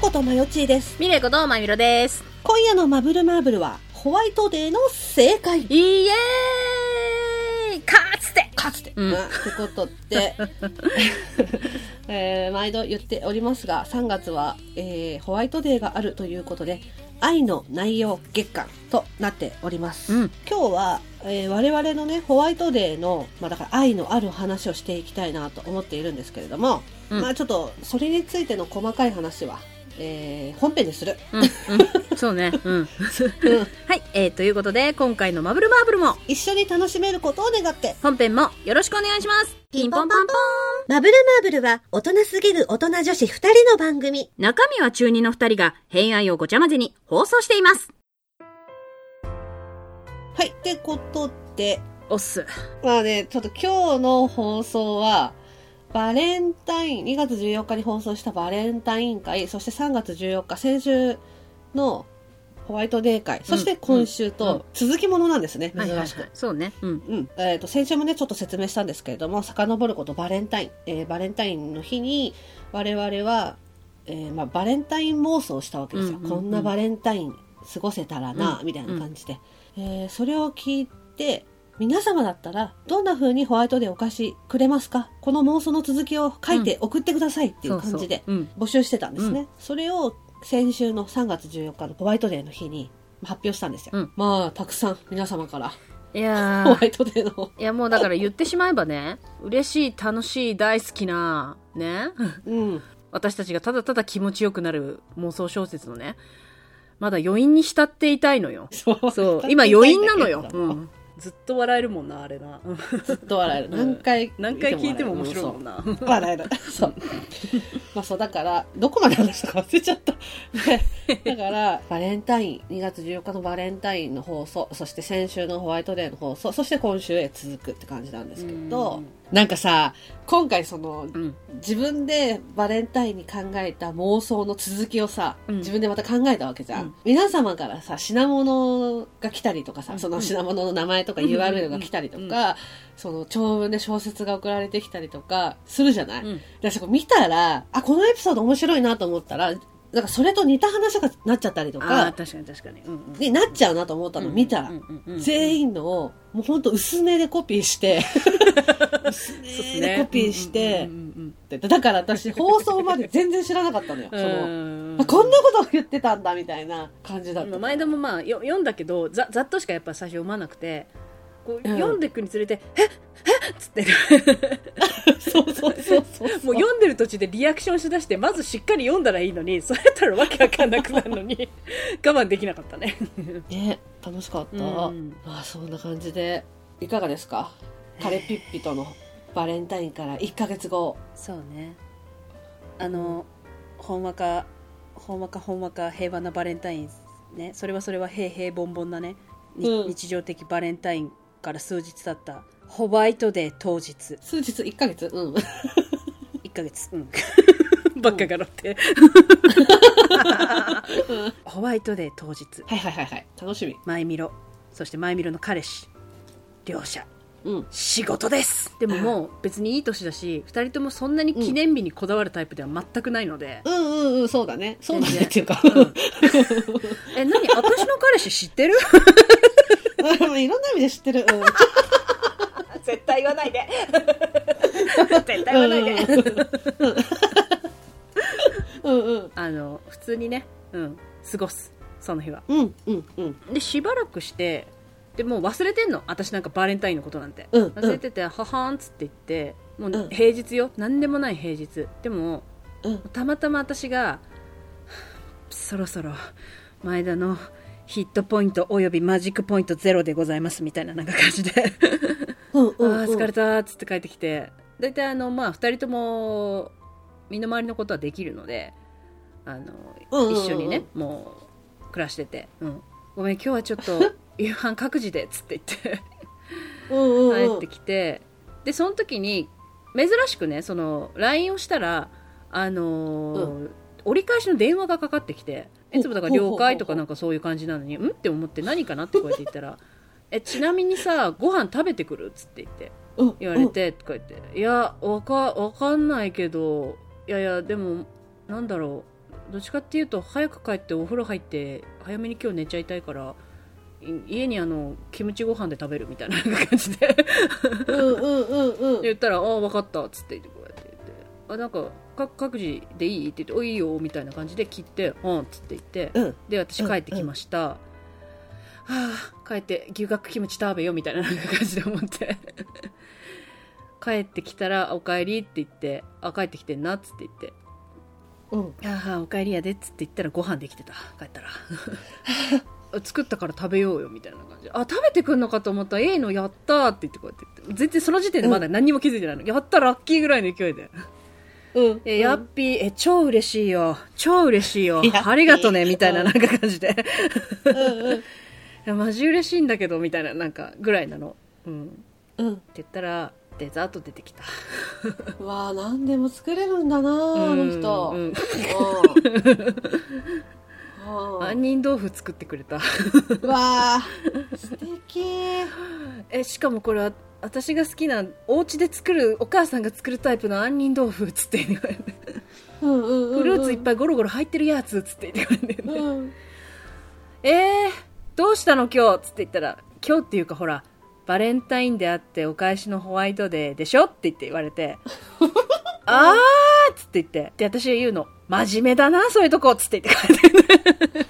ことまよちーです。ミレイことまみろです。今夜のマブルマーブルは、ホワイトデーの正解。イエーイかつてかつて。うんまあって ことで、えー毎度言っておりますが、3月は、えーホワイトデーがあるということで、愛の内容月間となっております。うん。今日は、えー我々のね、ホワイトデーの、まあだから愛のある話をしていきたいなと思っているんですけれども、うんまあちょっと、それについての細かい話は、えー本編でする。うん。 うん。そうね。うん。 はい。えー、ということで、今回のマブルマーブルも、一緒に楽しめることを願って、本編もよろしくお願いします。ピンポンパンポン。マブルマーブルは大人すぎる大人女子二人の番組。中身は中二の二人が、偏愛をごちゃ混ぜに放送しています。はい、ってことで、おっす。まあね、ちょっと今日の放送は、バレンタイン、2月14日に放送したバレンタイン会、そして3月14日、先週のホワイトデー会、そして今週うんうんと続きものなんですね、はいはい珍はいしく。そうね。うん。うん。えっ、と、先週もね、ちょっと説明したんですけれども、遡ることバレンタイン、えーバレンタインの日に、我々は、えーまあ、バレンタイン妄想をしたわけですよ。うんうんうんこんなバレンタイン過ごせたらな、うんみたいな感じで。えーそれを聞いて、皆様だったら、どんな風にホワイトデーお菓子くれますかこの妄想の続きを書いて送ってくださいっていう感じでそうそううん。募集してたんですね。それを先週の3月14日のホワイトデーの日に発表したんですよ。うんまあ、たくさん皆様からホいやワイトデーのいやもうだから言ってしまえばね、嬉しい、楽しい、大好きな、ね。うん、私たちがただただ気持ちよくなる妄想小説のね、まだ余韻に浸っていたいのよ。そう そう、今余韻なのよ。う、うんん。ずっと笑えるもんな、あれ な。うんずっと笑える。何回、何回聞いても面白いもんな。そう笑える。そう。 まあそう、だから、どこまで話したか忘れちゃった。 ねだから、バレンタイン、2月14日のバレンタインの放送、そして先週のホワイトデーの放送、そして今週へ続くって感じなんですけど、なんかさ、今回その、うん。自分でバレンタインに考えた妄想の続きをさ、うん自分でまた考えたわけじゃん、うん皆様からさ品物が来たりとかさ、うんその品物の名前とかうん URL が来たりとか、うんその長文で小説が送られてきたりとかするじゃない、うんでそこ見たらあこのエピソード面白いなと思ったらなんかそれと似た話がなっちゃったりとあかあ、確かに確かに。うんになっちゃうなと思ったうの、ん。見たら、ら全員。員のをもうほんと薄めでコピーして薄 そうっめですね。コピーして、うんうんってだから 私、放送まで全然知らなかったのよ。そうのんうん。あこんなことを言ってたんだ、みたいな感じだっまた。あ前田もまあよ読んだけどざざっとしかやっぱ最初読まなくてこううん読んでいくにつれて「えっえっ?」つってそうそうそうそう。 もう読んでる途中でリアクションしだしてまずしっかり読んだらいいの にそれやったらわけわかんなくなるのに 我慢できなかったね。 ね、楽しかった。うんまあ、そんな感じで、いかがですかカレピッピとのバレンタインから1ヶ月後。そうねあのほんわかほんわかほんわか平和なバレンタインねそれはそれは平平凡凡なね、にうん日常的バレンタインから数日経ったホワイトデー当日数日1ヶ月 うん。 1ヶ月うん ばっかがらって、 ホワイトデー当日はいはいはいはい。楽しみ。前見ろそして前見ろの彼氏両者うん。仕事ですでももう別にいい年だし2人ともそんなに記念日にこだわるタイプでは全くないので、うんうんうん、そうだね。そうだねっていうか。え何私の彼氏知ってるうんいろんな意味で知ってる。うん 絶対言わない で絶対言わないでうんうん。あの普通にねうん過ごすその日はうんうんうん。でしばらくしてでもう忘れてんの私なんかバレンタインのことなんて、うんうん忘れてて「ははーん」っつって言ってもうんう平日よ、何でもない平日でもうん。たまたま私がそろそろ前田のヒットポイントおよびマジックポイントゼロでございますみたいななんか感じでうんうんあうん。あ疲れたーっつって帰ってきて大体あのまあ2人とも身の回りのことはできるのであの、うんうんうん一緒にねもう暮らしてて、うん「ごめん今日はちょっ と夕飯各自で」っつって言ってうんうんうん。帰ってきてでその時に珍しくねその LINE をしたらあのー折り返しの電話がかかってきていつもだから「ほほほ了解」とかなんかそういう感じなのに「うん?」って思って何かなってこうやって言ったら 「えちなみにさご飯食べてくる?」っつって言ってうん言われ。てとか言って「いやわかわかんないけどいやいやでもなんだろうどっちかっていうと早く帰ってお風呂入って早めに今日寝ちゃいたいからい家にあのキムチご飯で食べるみたいな感じでうんうんうんうん。言ったら「ああ分かった」っつってこうやって言って「あなんかか各自でいい?」って言って「おいいよ」みたいな感じで切って「うん」っつって言ってうん。で私帰ってきました、はあ帰って牛角キムチ食べよみたいななんか感じで思って帰ってきたら「おかえり」って言って「あ帰ってきてんな」っつって言ってうん。 「ああおかえりやで」っつって言ったらご飯できてた帰ったら 作ったから食べようよみたいな感じであ食べてくんのかと思ったええのやったーって言ってこうやって言って全然その時点でまだ何にも気づいてないの、やったラッキーぐらいの勢いでうん。えやっぴーえ超嬉しいよ超嬉しいよやっぴーありがとねみたいななんか感じでうんうんいやマジ嬉しいんだけどみたいななんかぐらいなの、うん、っうてん。言ったらデザート出てきたうわあ、何でも作れるんだなあ、あの人。うんううん。んうん杏仁豆腐作ってくれたうわあ、素敵。えしかもこれは私が好きなお家で作るお母さんが作るタイプの杏仁豆腐っつって言ってくれてうんうんうんうん。フルーツいっぱいゴロゴロ入ってるやつっつって言ってくれて、うん。えー、どうしたの今日っつって言ったら今日っていうかほらバレンタインであってお返しのホワイトデーでしょって言って言われてあーっつって言ってで私が言うの真面目だなそういうとこっつって言って帰って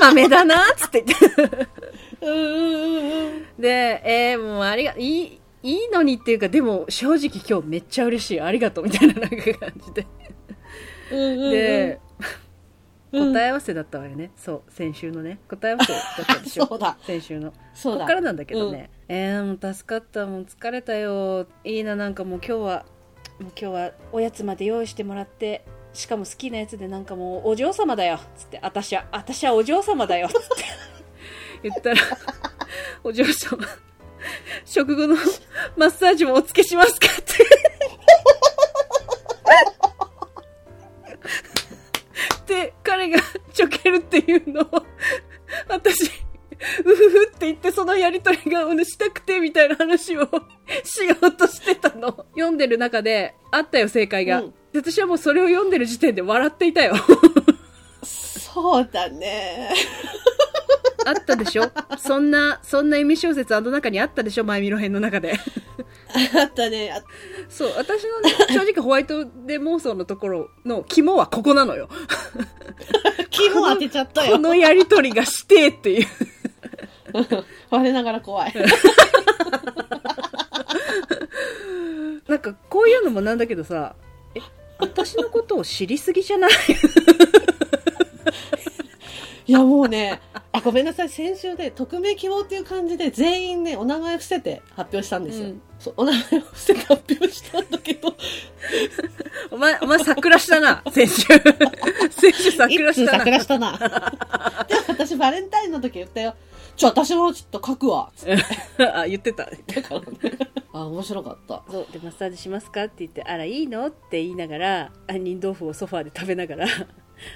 豆だなっつって言ってうんうんうんうん。でえー、もうありがいいいいのにっていうかでも正直今日めっちゃ嬉しいありがとうみたいななんか感じでうんうんうん、で、うん答え合わせだったわよねそう先週のね答え合わせだったでしょ そうだ先週のそうこっだか。らなんだけどね、えー、もう助かったもう疲れたよいいななんかもう今日はもう今日はおやつまで用意してもらってしかも好きなやつでなんかもうお嬢様だよつって私は私はお嬢様だよつって言ったらお嬢様食後のマッサージもお付けしますかってで彼がちょけるっていうのを私うふふって言ってそのやりとりがうんしたくてみたいな話をしようとしてたの読んでる中であったよ正解が、うんで私はもうそれを読んでる時点で笑っていたよそうだね。あったでしょそんなそんな意味小説あの中にあったでしょ前見ろ編の中であったね。あそう私の ね正直ホワイトデー妄想のところの肝はここなのよ肝当てちゃったこよ。のやりとりがしてっていう 我ながら怖い。なんかこういうのもなんだけどさえ私のことを知りすぎじゃないいやもうね、あ、ごめんなさい。先週で、匿名希望っていう感じで、全員ね、お名前伏せて発表したんですよ。うんそうお名前を伏せて発表したんだけど、 お前お前桜したな 先週先週桜一通したな桜したな。でも私、バレンタインの時言ったよ。ちょ、私もちょっと書くわ。つってあ言ってただからね。あ、面白かった。そうでマッサージしますかって言って「あらいいの?」って言いながら杏仁豆腐をソファーで食べながら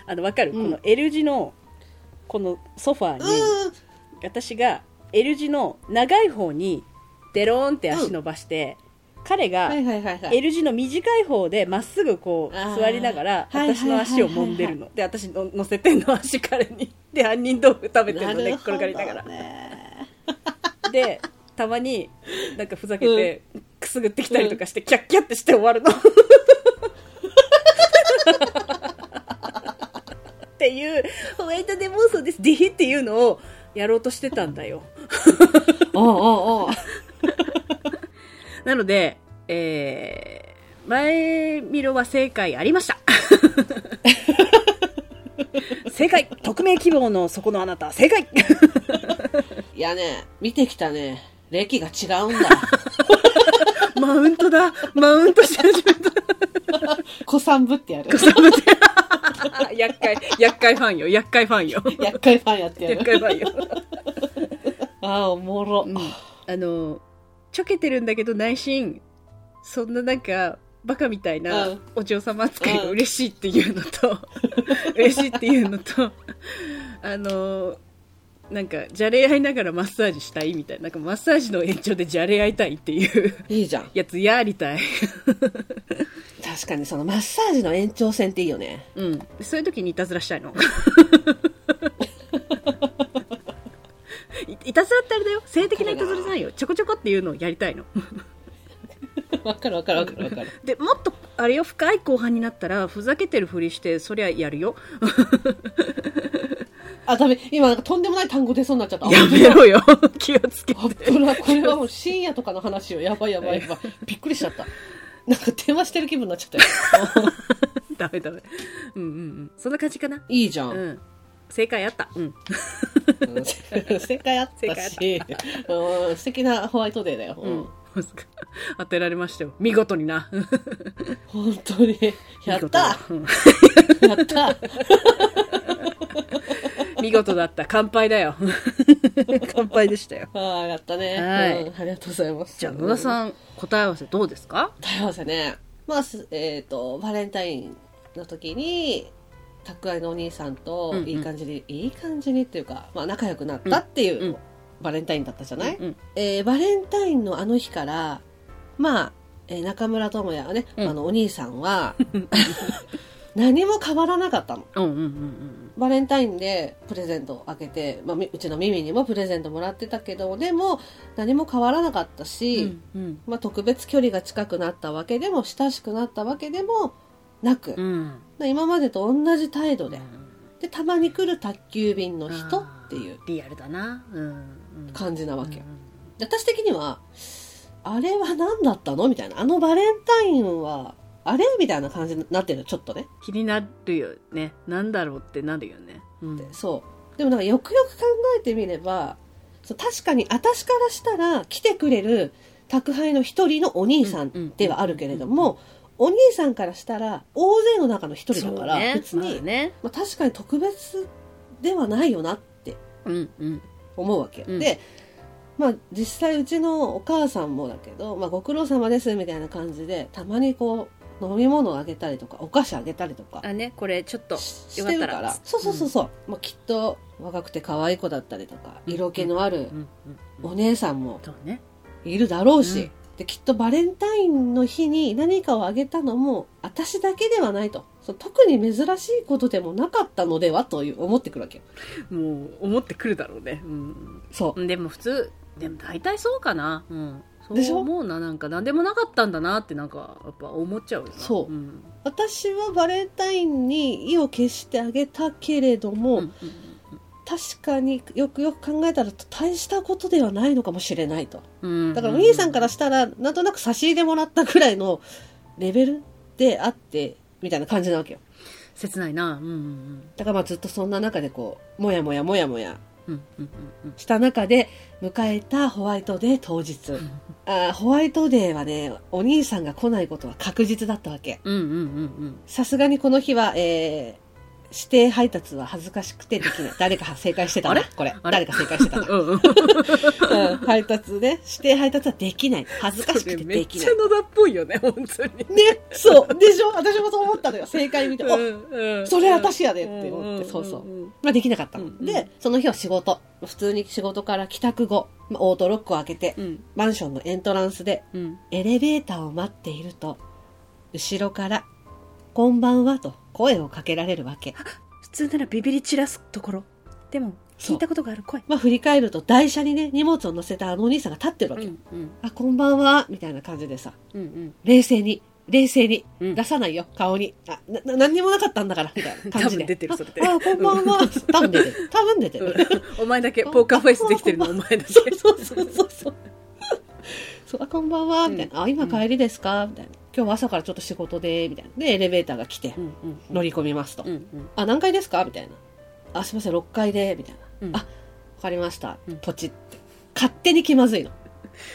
あのわかる、うんこの L 字のこのソファーに、うん。私が L 字の長い方にデローンって足伸ばして、彼がはいはいはいはい。 L 字の短い方でまっすぐこあうー座りながらはいはいはい私の足を揉んでるので私の乗せてんの足彼にで杏仁豆腐食べてるのね転がりながらね。でたまになんかふざけて、くすぐってきたりとかして、キャッキャってして終わ るのっていうホワイトデモンソですディヒっていうのをやろうとしてたんだよおうおうおう。なのでえー、前見ろは正解ありま した正解匿名希望の底のあなた正 解いやね、見てきたね。歴が違うんだ。 マウントだマウントし始めた子さんぶってやる。 厄介厄介ファンよ厄介ファンよ厄介ファンやってや厄る。介ファンよあー、おもろ。うんあの、ちょけてるんだけど内心、そんななんか、バカみたいうなんお嬢様扱いがうん嬉しいっていうのと、 嬉しいっていうのと、あの、なんか、じゃれ合いながらマッサージしたいみたいな、なんかマッサージの延長でじゃれ合いたいっていう いいじゃん。やつやりたい。確確かにそのマッサージの延長線っていいよね。うん。そういう時にいたずらしたい の。いいたずらってあれだよ。性的ないたずらじゃないよ。ちょこちょこっていうのをやりたいの。 わかるわかるわかるわかる。で、もっと、あれよ、深い後半になったら、ふざけてるふりして、そりゃやるよ。あ、ダメ。今なんかとんでもない単語出そうになっちゃった。やめろよ。 気をつけて。あぶなこれはもう深夜とかの話よ。やばいやばいやばい。びっくりしちゃった。なんか電話してる気分になっちゃ ったよ。ダメダメ。うんうんうん。そんな感じかな。いいじゃ。う んん。正解あった。うん。正解あったし、うん素敵なホワイトデーだよ。うん。 当てられましたよ。見事にな。本当に。やったや見事だうんった見事だった。乾杯 だよ。乾杯でしたよ。ああ、やったね。はいうんありがとうございます。じゃあ、野田ん。さん、答え合わせどうですか答え合わせね。まあ、すえっ、と、バレンタインの時に、宅配のお兄さんとうんうんいい感じに、いい感じにっていうか、まあ仲良くなったっていう、うんうんバレンタインだったじゃない、うんうんえーバレンタインのあの日から、まあ、えー中村智也はね、うんあのお兄さんは、 何も変わらなかったの。うんうんうんうん。バレンタインでプレゼントをあげて、まあ、みうちのミミにもプレゼントもらってたけど、でも何も変わらなかったし、うんまあ、特別距離が近くなったわけでも、親しくなったわけでもなく、うんで今までと同じ態度で、で、たまに来る宅急便の人っていうリアルだなうん感じなわけよう。んで私的には、あれは何だったのみたいな。あのバレンタインは、あれみたいな感じになってるの、ちょっとね。気になるよねなんだろうってなるよねうんってそうでもなんかよくよく考えてみればそう確かに私からしたら来てくれる宅配の一人のお兄さんではあるけれどもお兄さんからしたら大勢の中の一人だから、そうね別に、まあねまあ、確かに特別ではないよなってうんうん思うわけ、うんでまあ実際うちのお母さんもだけど、まあ、ご苦労様ですみたいな感じでたまにこう飲み物をあげたりとかお菓子あげたりとかあねこれちょっとししよかってたるらからそうそうそうそう、もうきっと若くて可愛い子だったりとか色気のあるうんうんうんお姉さんもそうねいるだろうし、うんできっとバレンタインの日に何かをあげたのも私だけではないとそう特に珍しいことでもなかったのではという思ってくるわけよもう思ってくるだろうねうんそう、でも普通でも大体そうかなうんそでしうょ思うななんか何でもなかったんだなってなんかやっぱ思っちゃうよなそうん私はバレンタインに意を決してあげたけれども、うんうん確かによくよく考えたら大したことではないのかもしれないとうんだからお兄さんからしたら、なんとなく差し入れもらったぐらいのレベルであって、みたいな感じなわけよ。切ないなうんうんだからまあずっとそんな中でこう、もやもやもやもやうんうんうんした中で迎えたホワイトデー当日。あーホワイトデーはね、お兄さんが来ないことは確実だったわけ。うんうんうんうんさすがにこの日は、えー指定配達は恥ずかしくてできない。誰か正解してたなあれこれ。あれ。誰か正解してたな うんうんうん配達ね。指定配達はできない。恥ずかしく てめでっきちなゃい。野田っぽいよね本当にね、そう。でしょ 私もそう思ったのよ。正解見て。おそれ私やでって思ってそうそうまあ、できなかったの、うんうんで、その日は仕事。普通に仕事から帰宅後、まあオートロックを開けて、うんマンションのエントランスで、うんエレベーターを待っていると、後ろから、こんばんはと声をかけられるわけ。普通ならビビり散らすところでもそう聞いたことがある声まあ、振り返ると台車にね、荷物を乗せたあのお兄さんが立ってるわうけ。んうんあ、こんばんは、みたいな感じでさ、うん冷静に、冷静に、うん出さないよ、顔に。あ、な、な何にもなかったんだから、みたい な感じで。多分出てるそれであ、あこんばんは。多分出てる。多分出てる。お前だけポーカーフェイスできてるのお前だけそうそうそうそうそう。そうあこんばんはみたいな、あ今帰りですかみたいな今日は朝からちょっと仕事でみたいなでエレベーターが来てうんうん乗り込みますと、うんうんあ何階ですかみたいなあすいません6階でみたいな、うんあわかりました、うんポチって勝手に気まずいの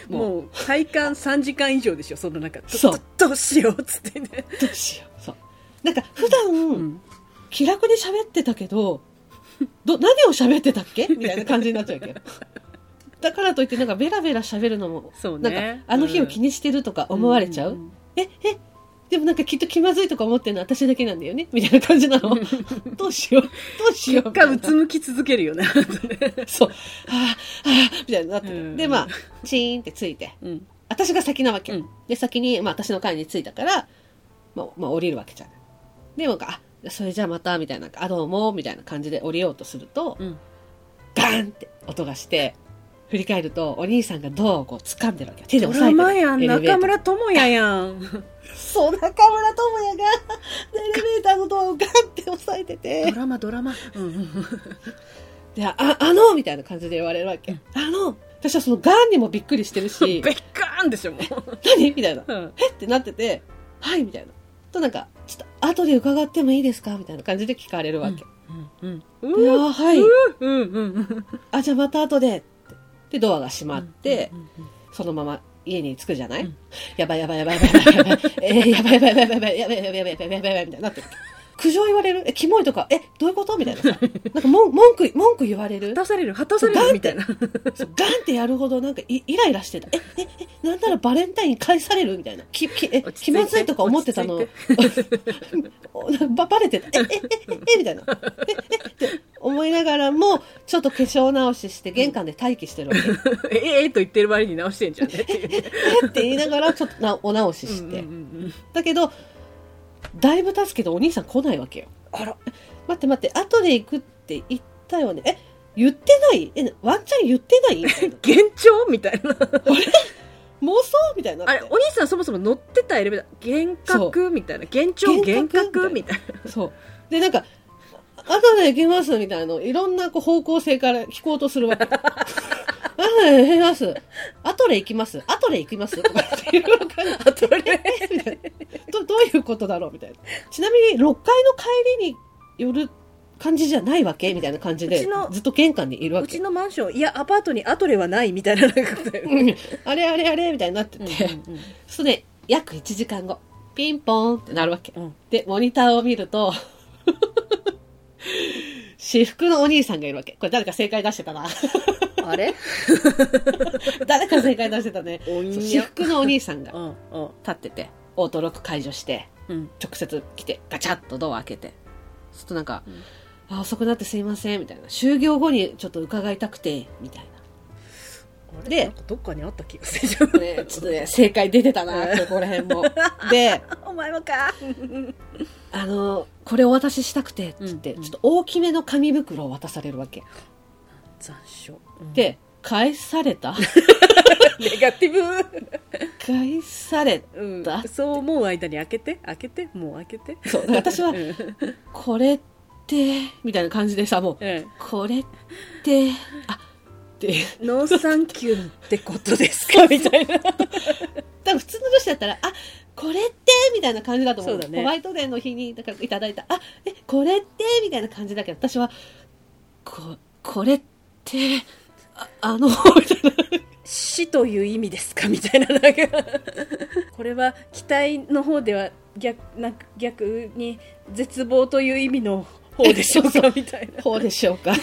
もうもう体感3時間以上でしょその中そうどどうしようっつってねどうしようそうなんか普段、ん気楽に喋ってたけどど何を喋ってたっけみたいな感じになっちゃうわ けどだからといってなんかベラベラ喋るのもそうなんねか、あの日を気ににしてるとか思われちゃう、ええでもなんかきっと気まずいとか思ってるのは私だけなんだよねみたいな感じなのどうしようどうしよう結果うみたいつむき続けるよねなそうああああみたいになってて、うんでまあチーンってついてうん私が先なわけ、うんで先に、まあ、私の会に着いたから、ままあ、まあ、降りるわけじゃない。で、なんか、あ、それじゃあまた、みたいな、あ、どうも、みたいな感じで降りようとすると、うんガーンって音がして、振り返ると、お兄さんがドアをこう掴んでるわけよ。手でド押さえラてるマわけやよ。ん、エレベーター中村智也やん。そう、中村智也が、エレベーターのドアをガンって押さえてドて、ラマ、ドラマ。うんうんうんで、あ、あのみたいな感じで言われるわけ。あの私はそのガンにもびっくりしてる しベ、ッカーンでしょ、もう。何みたいな。うんえってなってて、はいみたいな。となんか、ちょっと後で伺ってもいいですかみたいな感じで聞かれるわけ。うんであーはい。うんうんあ、じゃあまた後でって。で、ドアが閉まってう、んうんそのまま家に着くじゃない、うんやばいやばいやばいやばいやばいやばい。えーやばいやばいやばいやばいやばいやばいやばいやばいやばいやばいやばいみたいになってる。苦情言われるえ、キモいとか、え、どういうことみたいなさ。なんか文文句、文句言われる果たされる果たされるみたいなそうガンってやるほどなんかイイライラしてた。え、え、え、なんならバレンタイン返されるみたいな。き、き、え、落ち着いて気まずいとか思ってたの落。おなんかば、 バレてた。え、え、え、え、え、みたいな。え、え、って思いながらも、ちょっと化粧直しして玄関で待機してるわけ。えええと言ってる割に直してんじゃんねっていうねえって言いながらちょっとなお直しして。うんうんうんだけど、だいぶ経つけどお兄さん来ないわけよ。あら。待って待って、後で行くって言ったよね。え、言ってないえ、ワンチャン言ってないみたいな 幻聴みたいな妄想みたいになって。あれお兄さんそもそも乗ってたエレベーター幻覚みたいな幻聴幻幻覚覚みたいそう。で、なんか、後で行きますみたいなの、いろんなこう方向性から聞こうとする わけ。後で行きます。後で行きます。後で行きます。とかっていうのから、な それみたいなどどういうことだろうみたいな。ちなみに、6階の帰りによる感じじゃないわけみたいな感じうでちの、ずっと玄関にいるわうけち。のマンションいやアパートにアトレはないみたいななんかだよねうんあれあれあれみたいになってて、うんうんそれで、約1時間後、ピンポーンってなるわけ。うんで、モニターを見ると、 私服のお兄さんがいるわけ。これ誰か正解出して たな。あれ誰か正解出してたね。おそうに私や服のお兄さんがうんうん立ってて、オートロック解除して、うん直接来て、ガチャッとドア開けて、ちょっとなんか、んあ、遅くなってすいません、みたいな。就業後にちょっと伺いたくて、みたいな。あれでなんかどっかにあった気がするじゃんね、ちょっとね、正解出てたな、ここら辺も。で、お前もかあの、これお渡ししたくて、つって、うんうんちょっと大きめの紙袋を渡されるわけ。残暑で、返され たネガティブ返されうんだってそう思う間に開けて開けてもう開けてそう、だから私はう、んこれって、みたいな感じでさ、もう、うんこれって、あ、って、ノーサンキューってことですかみたいな多分普通の女子だったら、あ、これって、みたいな感じだと思う。そうだねホワイトデーの日に、だからいただいた、あ、え、これって、みたいな感じだけど、私は、こ、これって、ああの、みたいな。死という意味ですかみたいななんかこれは期待の方では逆なんか逆に絶望という意味の方でしょうそうかみたいな方でしょうか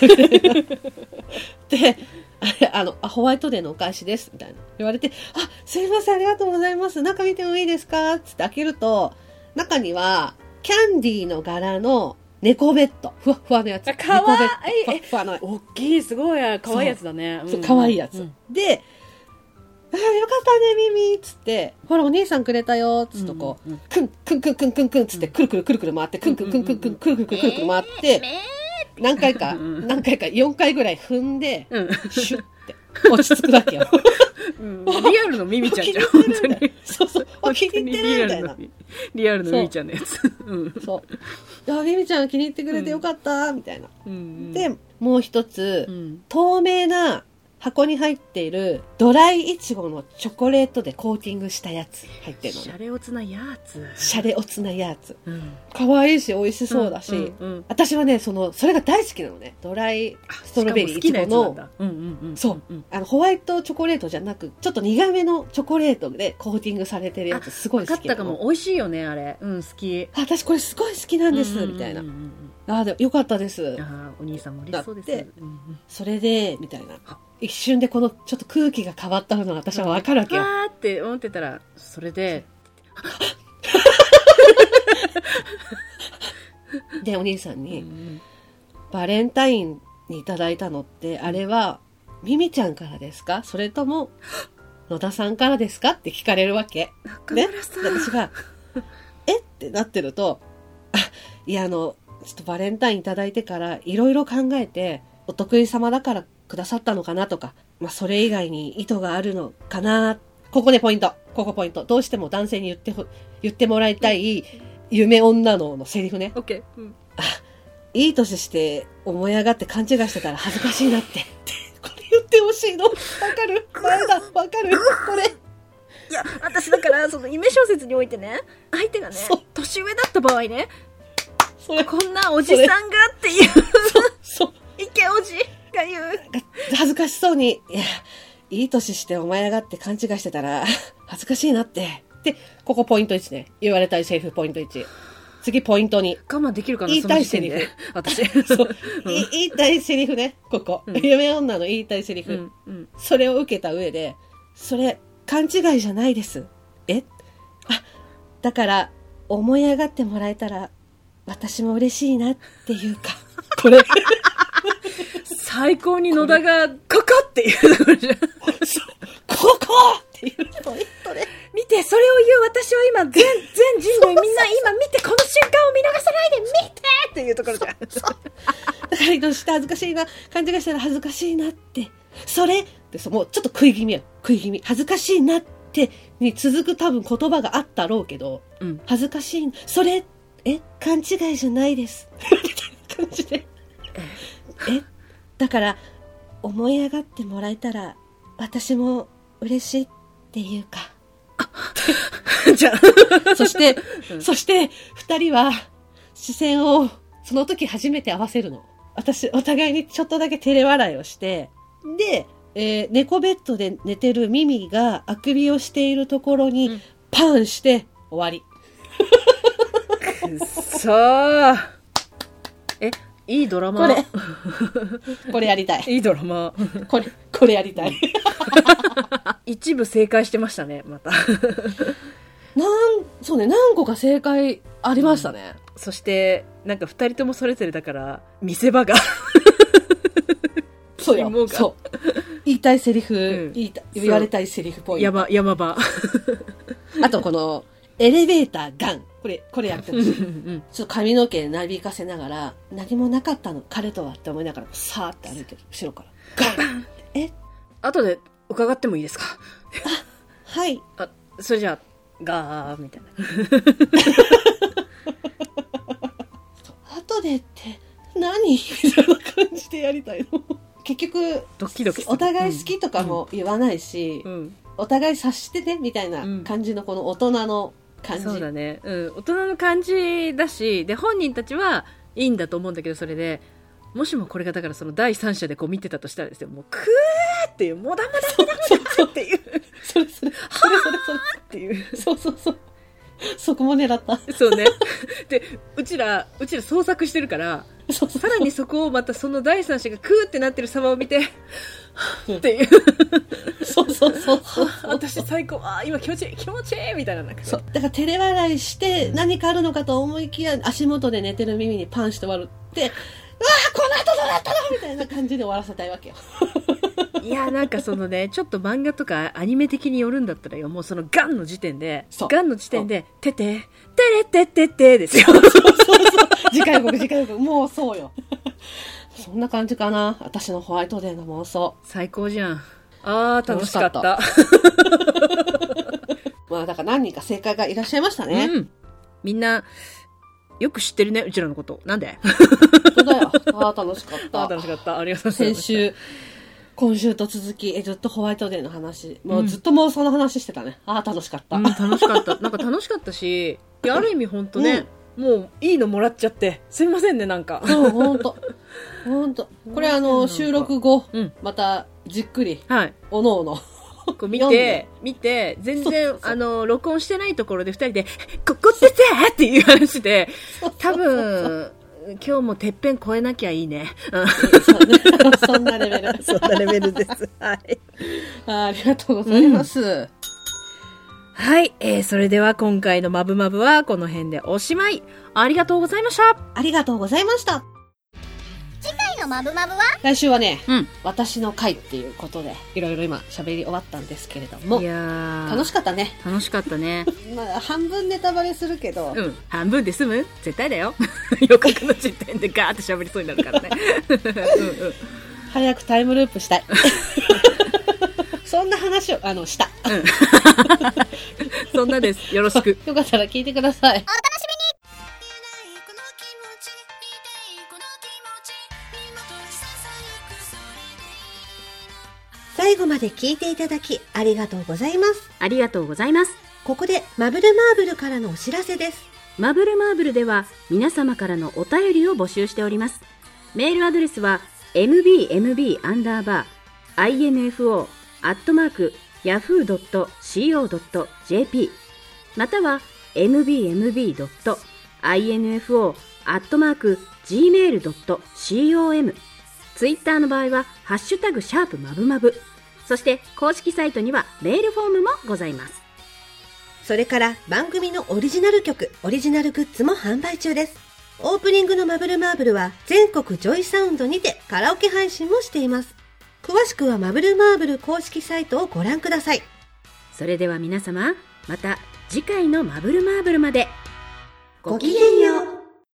で、あれ、あの、あ、ホワイトデーのお返しです、みたいな。言われて、あ、すいません、ありがとうございます。中見てもいいですかつって開けると、中には、キャンディーの柄の猫ベッド。ふわっふわのやつ。あかわいい猫ベッドふわっふわのやつ大きいすごいかわいいやつだねそう可愛いやつ。うんで、あよかったね、ミミつって、ほら、お兄さんくれたよつっとこう、うんうんくん、くんくんくんくんくんつって、くるくるくるくる回って、くんくんくんくんくんくるくるくるくるくる回って、何回か、うん何回か、4回ぐらい踏んで、うんシュッて、落ち着くわけよ。うんリアルのミミちゃんじゃん お気本に入ってる当にんだよそうそう、お気に入ってるみたいリアルなの。リアルのミミちゃんのやつうんそう。あ、ミミちゃん気に入ってくれてよかった、みたいな。うんで、もう一つ、うん透明な箱に入っているドライイチゴのチョコレートでコーティングしたやつ入ってるのシャね。レオツなやつシャレオツなやつ。うん可愛いし、美味しそうだし。うんうん私はね、その、それが大好きなのね。ドライストロベリーイしチかも好きなやゴつなのん、だうんうんうんそううんあの、ホワイトチョコレートじゃなく、ちょっと苦めのチョコレートでコーティングされてるやつ、すごい分か好っきなたのかも美味しいよねあれうん好きあ私これすごい好きなんです、みたいな。ああ、でもよかったですあ。あーお兄さんも嬉しそうですだってうんうんそれで、みたいなあ。一瞬でこの、ちょっと空気が変わったのが私はわかるわけよ。あーって思ってたらそれでで、お兄さんに、うんバレンタインにいただいたのって、あれは、ミミちゃんからですかそれとも、野田さんからですかって聞かれるわけ。中村さんで私が、えってなってると、あ、いや、あの、ちょっとバレンタインいただいてから、いろいろ考えて、お得意様だからくださったのかなとか、まあ、それ以外に意図があるのかな。ここでポイント。ここポイント。どうしても男性に言ってほ、言ってもらいたい、夢女ののセリフね。オッケー。うん。いい年して思い上がって勘違いしてたら恥ずかしいなって。これ言ってほしいの。わかる前だ。わかるこれ。いや、私だから、その夢小説においてね、相手がねそう、年上だった場合 ね、それ、こんなおじさんがっていう、そう。イケおじが言う。恥ずかしそうに、いや、いい年してお前上がって勘違いしてたら、 恥ずかしいなって。で、ここポイント1ね。言われたいセリフポイント1。次ポイント2。 我慢できるかな、言いそのたい時点でセ。私。 そう。い言いたいセリフね、ここ。うん夢女の言いたいセリフ。うん。うん。それを受けた上で、それ、勘違いじゃないです。えあ、だから、思い上がってもらえたら、私も嬉しいなっていう か、これ、最高に野田が、ここっていうところじゃん。ここっていうポイントね。見て、それを言う私は今、全、全人類みんな今見て、この瞬間を見逃さないで、見てっていうところじゃん。だから、どうして恥ずかしいな、勘違いしたら恥ずかしいなって、それってそう、もうちょっと食い気味や。食い気味。恥ずかしいなって、に続く多分言葉があったろうけど、うん。恥ずかしいな、それ、え、勘違いじゃないです。 みたいな感じで。え、だから、思い上がってもらえたら、私も嬉しいっていうか。 じゃ あ、そして、うんそして、二人は、視線を、その時初めて合わせるの。私、お互いにちょっとだけ照れ笑いをして、で、えー猫ベッドで寝てるミミがあくびをしているところうにん、パンして、終わり。そう。え、いいドラマ。これ これやりたい。 いいドラ マ。これ、これやりたい。一部正解してましたね、また。なん、そうね、何個か正解ありましたね。そして、なんか二人ともそれぞれだから、見せ場が。そうキモよ。がそう。言いたいセリフ、うん言いたいそう言われたいセリフポイント。山、山場。あとこの、エレベーターガン。これ、これやってほしい。 うんちょっと髪の毛なびかせながら、何もなかったの、彼とはって思いながら、さーって歩いてる、後ろから。ガンえ、後で伺ってもいいですかはい。あ、それじゃあ、ガー、みたいな。後でって、何みたいな感じでやりたいの。結局、ドキドキするお互い好きとかも言わないし、うん。お互い察してね、みたいな感じの、この大人の感じ。そうだね。うん。大人の感じだし、で、本人たちはいいんだと思うんだけど、それで、もしもこれがだからその第三者でこう見てたとしたらですよ、もう、クーっていう、もだもだもだもだっていう、それそれ、それそれそれ。っ ていう。そうそうそう。そこも狙った。そうね。で、うちら、うちら創作してるから、そうそうさらにそこをまたその第三者がクーってなってる様を見て、っていう、そうそうそうそう。私最高、ああ、今気持ちいい、気持ちいいみたいな、なんか。そう。だから照れ笑いして何かあるのかと思いきや足元で寝てる耳にパンして終わるって、うわあこの後どうなったのみたいな感じで終わらせたい わけよ。いや、なんかそのね、ちょっと漫画とかアニメ的によるんだったらよ、もうそのガンの時点でそう、ガンの時点で、てて、てれてっててですよ。次回予告、次回予告。もうそうよ。そんな感じかな。私のホワイトデーの妄想。最高じゃん。あー、楽しかった。楽まあだから何人か正解がいらっしゃいましたね。うん。みんな、よく知ってるね、うちらのこと。なんで本当だよ。ああ、楽しかっ あーた。楽しかった。ありがとうござい先ます。週、今週と続き、え、ずっとホワイトデーの話。もうずっと妄想の話してたね。ああ、楽しかった。うん、楽しかった。なんか楽しかったし、いやある意味本当ね、もういいのもらっちゃって、すいませんね、なんか。そう、ほんと。ほんと。これあの、収録後、うんまた、じっくり、はい。おのお の。こう見読んでて、見て、全そう然そう、そうあの、録音してないところで二人で、ここっててっていう話で、多分、今日もてっぺん越えなきゃいいね。そうねそんなレベル。そんなレベルです。はい。あーありがとうございます。はい。えー、それでは今回のマブマブはこの辺でおしまい。ありがとうございました。ありがとうございました。次回ののマブマブは来週はね、うん私の回っていうことで、いろいろ今喋り終わったんですけれどもい、や楽ししかったね。楽しかったね。まあ、半分ネタバレするけど、うん。半分で済む絶対だよ。 予告の時点でガーって喋りそうになるからね。 うんうん。早くタイムループ したい。そんな話を、あの、した。そんなです。よろしく。よかったら聞いてください。最後まで聞いていただきありがとうございます。 ありがとうございます。ここでマブルマーブルからのお知らせです。マブルマーブルでは皆様からのお便りを募集しております。メールアドレスは mbmb-info-yahoo.co.jp または mbmb.info-gmail.com ツイッターの場合は「ハッシュタグシャープマブマブ」そして公式サイトにはメールフォームもございます。それから番組のオリジナル曲、オリジナルグッズも販売中です。オープニングのマブルマーブルは全国ジョイサウンドにてカラオケ配信もしています。詳しくはマブルマーブル公式サイトをご覧ください。それでは皆様また次回の「マブルマーブル」までごきげんよう。